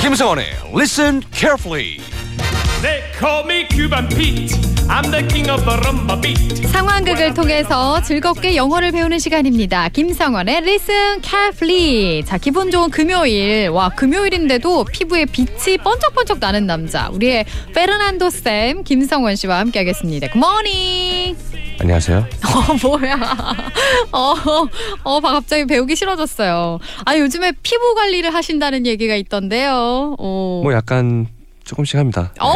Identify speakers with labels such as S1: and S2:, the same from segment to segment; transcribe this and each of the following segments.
S1: 김성원의 Listen Carefully.
S2: They call me Cuban Pete. I'm the king of the rumba beat.
S3: 상황극을 통해서 즐겁게 영어를 배우는 시간입니다. 김성원의 Listen Carefully. 자, 기분 좋은 금요일. 와, 금요일인데도 피부에 빛이 번쩍번쩍 나는 남자. 우리의 페르난도 쌤, 김성원 씨와 함께하겠습니다. Good morning.
S1: 안녕하세요.
S3: 어, 뭐야. 어, 어, 봐, 갑자기 배우기 싫어졌어요. 아, 요즘에 피부 관리를 하신다는 얘기가 있던데요. 어.
S1: 뭐 약간 조금씩 합니다. 네.
S3: 어?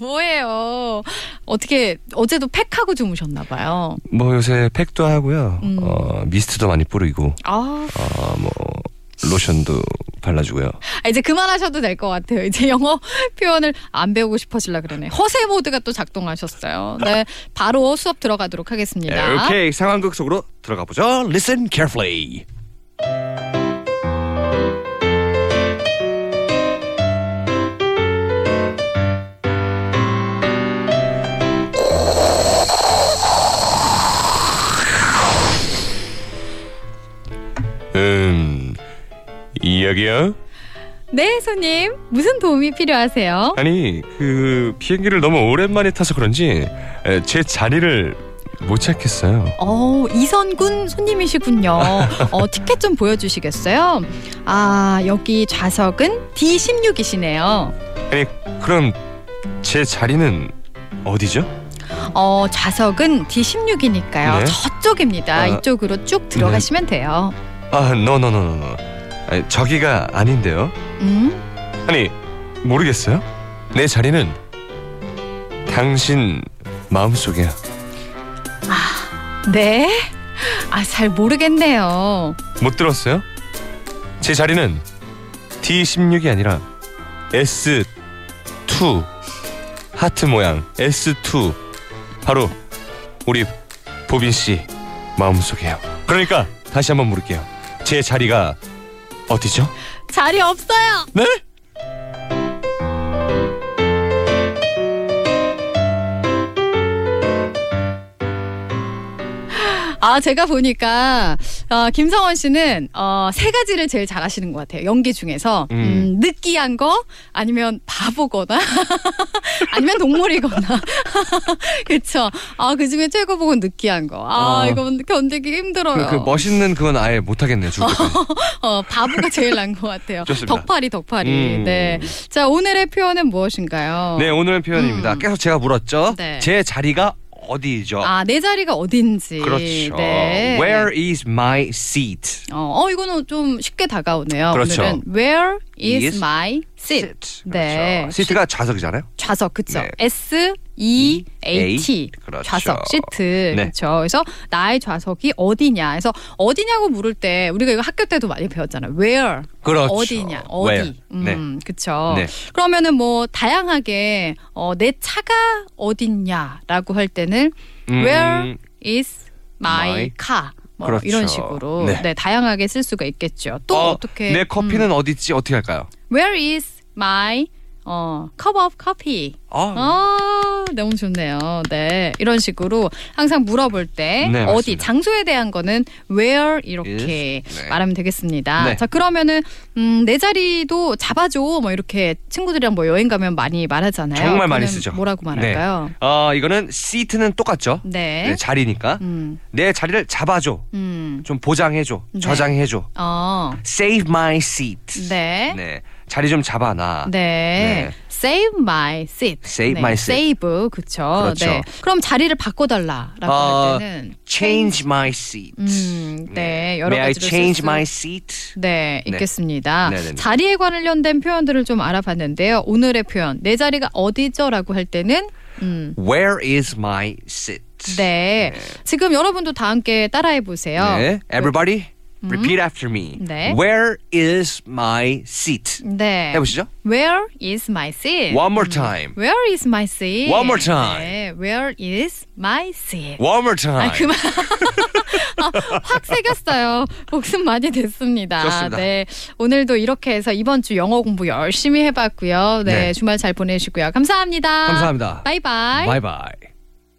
S3: 뭐예요? 어떻게 어제도 팩하고 주무셨나 봐요.
S1: 뭐 요새 팩도 하고요.
S3: 음.
S1: 어, 미스트도 많이 뿌리고
S3: 아,
S1: 어, 뭐 로션도 발라주고요.
S3: 아, 이제 그만하셔도 될 것 같아요. 이제 영어 표현을 안 배우고 싶어질라 그러네. 허세 모드가 또 작동하셨어요. 네, 바로 수업 들어가도록 하겠습니다.
S1: 네, 오케이 상황극 속으로 들어가 보죠. Listen carefully. 음, 이야기야?
S3: 네, 손님. 무슨 도움이 필요하세요?
S1: 아니 그 비행기를 너무 오랜만에 타서 그런지 에, 제 자리를 못 찾겠어요.
S3: 어, 이선군 손님이시군요. 어, 티켓 좀 보여주시겠어요? 아, 여기 좌석은 D16이시네요.
S1: 그럼 제 자리는 어디죠?
S3: 어, 좌석은 D16이니까요.
S1: 네.
S3: 저쪽입니다.
S1: 아,
S3: 이쪽으로 쭉 들어가시면 돼요.
S1: 아, 노노노노노. 아니, 저기가 아닌데요.
S3: 음?
S1: 아니 모르겠어요. 내 자리는 당신 마음속이야.
S3: 네? 아, 잘 모르겠네요.
S1: 못 들었어요? 제 자리는 D16이 아니라 S2 하트 모양 S2 바로 우리 보빈 씨 마음속이에요. 그러니까 다시 한번 물을게요. 제 자리가 어디죠?
S3: 자리 없어요.
S1: 네?
S3: 아, 제가 보니까 어, 김성원 씨는 어, 세 가지를 제일 잘하시는 것 같아요. 연기 중에서 음, 느끼한 거 아니면 바보거나 아니면 동물이거나 그쵸. 아, 그 중에 최고 복은 느끼한 거. 아,
S1: 아.
S3: 이건 견디기 힘들어요.
S1: 멋있는 그건 아예 못 하겠네요. 죽을 때까지.
S3: 어, 바보가 제일 난 것 같아요.
S1: 좋습니다.
S3: 덕파리, 덕파리.
S1: 음.
S3: 네. 자, 오늘의 표현은 무엇인가요?
S1: 네, 오늘의 표현입니다.
S3: 음.
S1: 계속 제가 물었죠.
S3: 네.
S1: 제 자리가 어디죠?
S3: 아, 내 자리가 어딘지.
S1: 그렇죠.
S3: 네.
S1: Where is my seat?
S3: 어, 어, 이거는 좀 쉽게 다가오네요.
S1: 그렇죠.
S3: 오늘은 Where is,
S1: Is
S3: my seat? 네.
S1: 그렇죠. 시트가 좌석이잖아요.
S3: 좌석, 그쵸?
S1: 네.
S3: S, E, A, T.
S1: 그렇죠.
S3: 좌석, 시트.
S1: 네.
S3: 그렇죠. 그래서 나의 좌석이 어디냐. 그래서 어디냐고 물을 때 우리가 이거 학교 때도 많이 배웠잖아요. Where?
S1: 그렇죠.
S3: 어디냐 어디
S1: Where?
S3: 음
S1: 네.
S3: 그쵸
S1: 네.
S3: 그러면은 뭐 다양하게 어, 내 차가 어딨냐라고 할 때는
S1: 음,
S3: where is my,
S1: my
S3: car 뭐
S1: 그렇죠.
S3: 이런 식으로 네.
S1: 네.
S3: 다양하게 쓸 수가 있겠죠 또
S1: 어,
S3: 어, 떻게
S1: 내 커피는 어디 있지? 어떻게 할까요?
S3: where is my 어, cup of coffee
S1: 아,
S3: 아, 너무 좋네요. 네. 이런 식으로 항상 물어볼 때
S1: 네,
S3: 어디
S1: 맞습니다.
S3: 장소에 대한 거는 where 이렇게
S1: Is. 네.
S3: 말하면 되겠습니다.
S1: 네.
S3: 자, 그러면은 음, 내 자리도 잡아 줘. 뭐 이렇게 친구들이랑 뭐 여행 가면 많이 말하잖아요.
S1: 정말 많이
S3: 그러면
S1: 쓰죠. 네.
S3: 뭐라고 말할까요?
S1: 어, 이거는 시트는 똑같죠.
S3: 네.
S1: 네, 자리니까
S3: 음.
S1: 내 자리를 잡아줘,
S3: 음.
S1: 좀 보장해줘,
S3: 네.
S1: 저장해줘.
S3: 어.
S1: Save my seat.
S3: 네. 네.
S1: 네, 자리 좀 잡아놔. 네.
S3: save my seat. 네.
S1: Save my seat.
S3: save 그쵸.
S1: 그렇죠.
S3: 네. 그럼 자리를
S1: 어,
S3: 바꿔달라라고 할 때는
S1: Change my seat.
S3: 음, 네, 여러
S1: May I
S3: 가지로 쓸
S1: change
S3: 수-
S1: my seat?
S3: 네,
S1: 네.
S3: 있겠습니다.
S1: 네네네.
S3: 자리에 관련된 표현들을 좀 알아봤는데요. 오늘의 표현 내 자리가 어디죠라고 할 때는 음,
S1: Where is my seat?
S3: 네. 지금 여러분도 다 함께 따라해 보세요.
S1: 네. Everybody, repeat after me.
S3: 어. 음. 네.
S1: Where is my seat?
S3: 네.
S1: 해보시죠.
S3: Where is my seat?
S1: One more time.
S3: Where is my seat?
S1: One more time.
S3: 네. Where is my seat?
S1: One more time.
S3: 아, 그만. 아, 확 새겼어요. 복습 많이 됐습니다.
S1: 좋습니다.
S3: 네. 오늘도 이렇게 해서 이번 주 영어 공부 열심히 해봤고요. 네.
S1: 네.
S3: 주말 잘 보내시고요. 감사합니다.
S1: 감사합니다.
S3: 바이바이.
S1: Bye bye.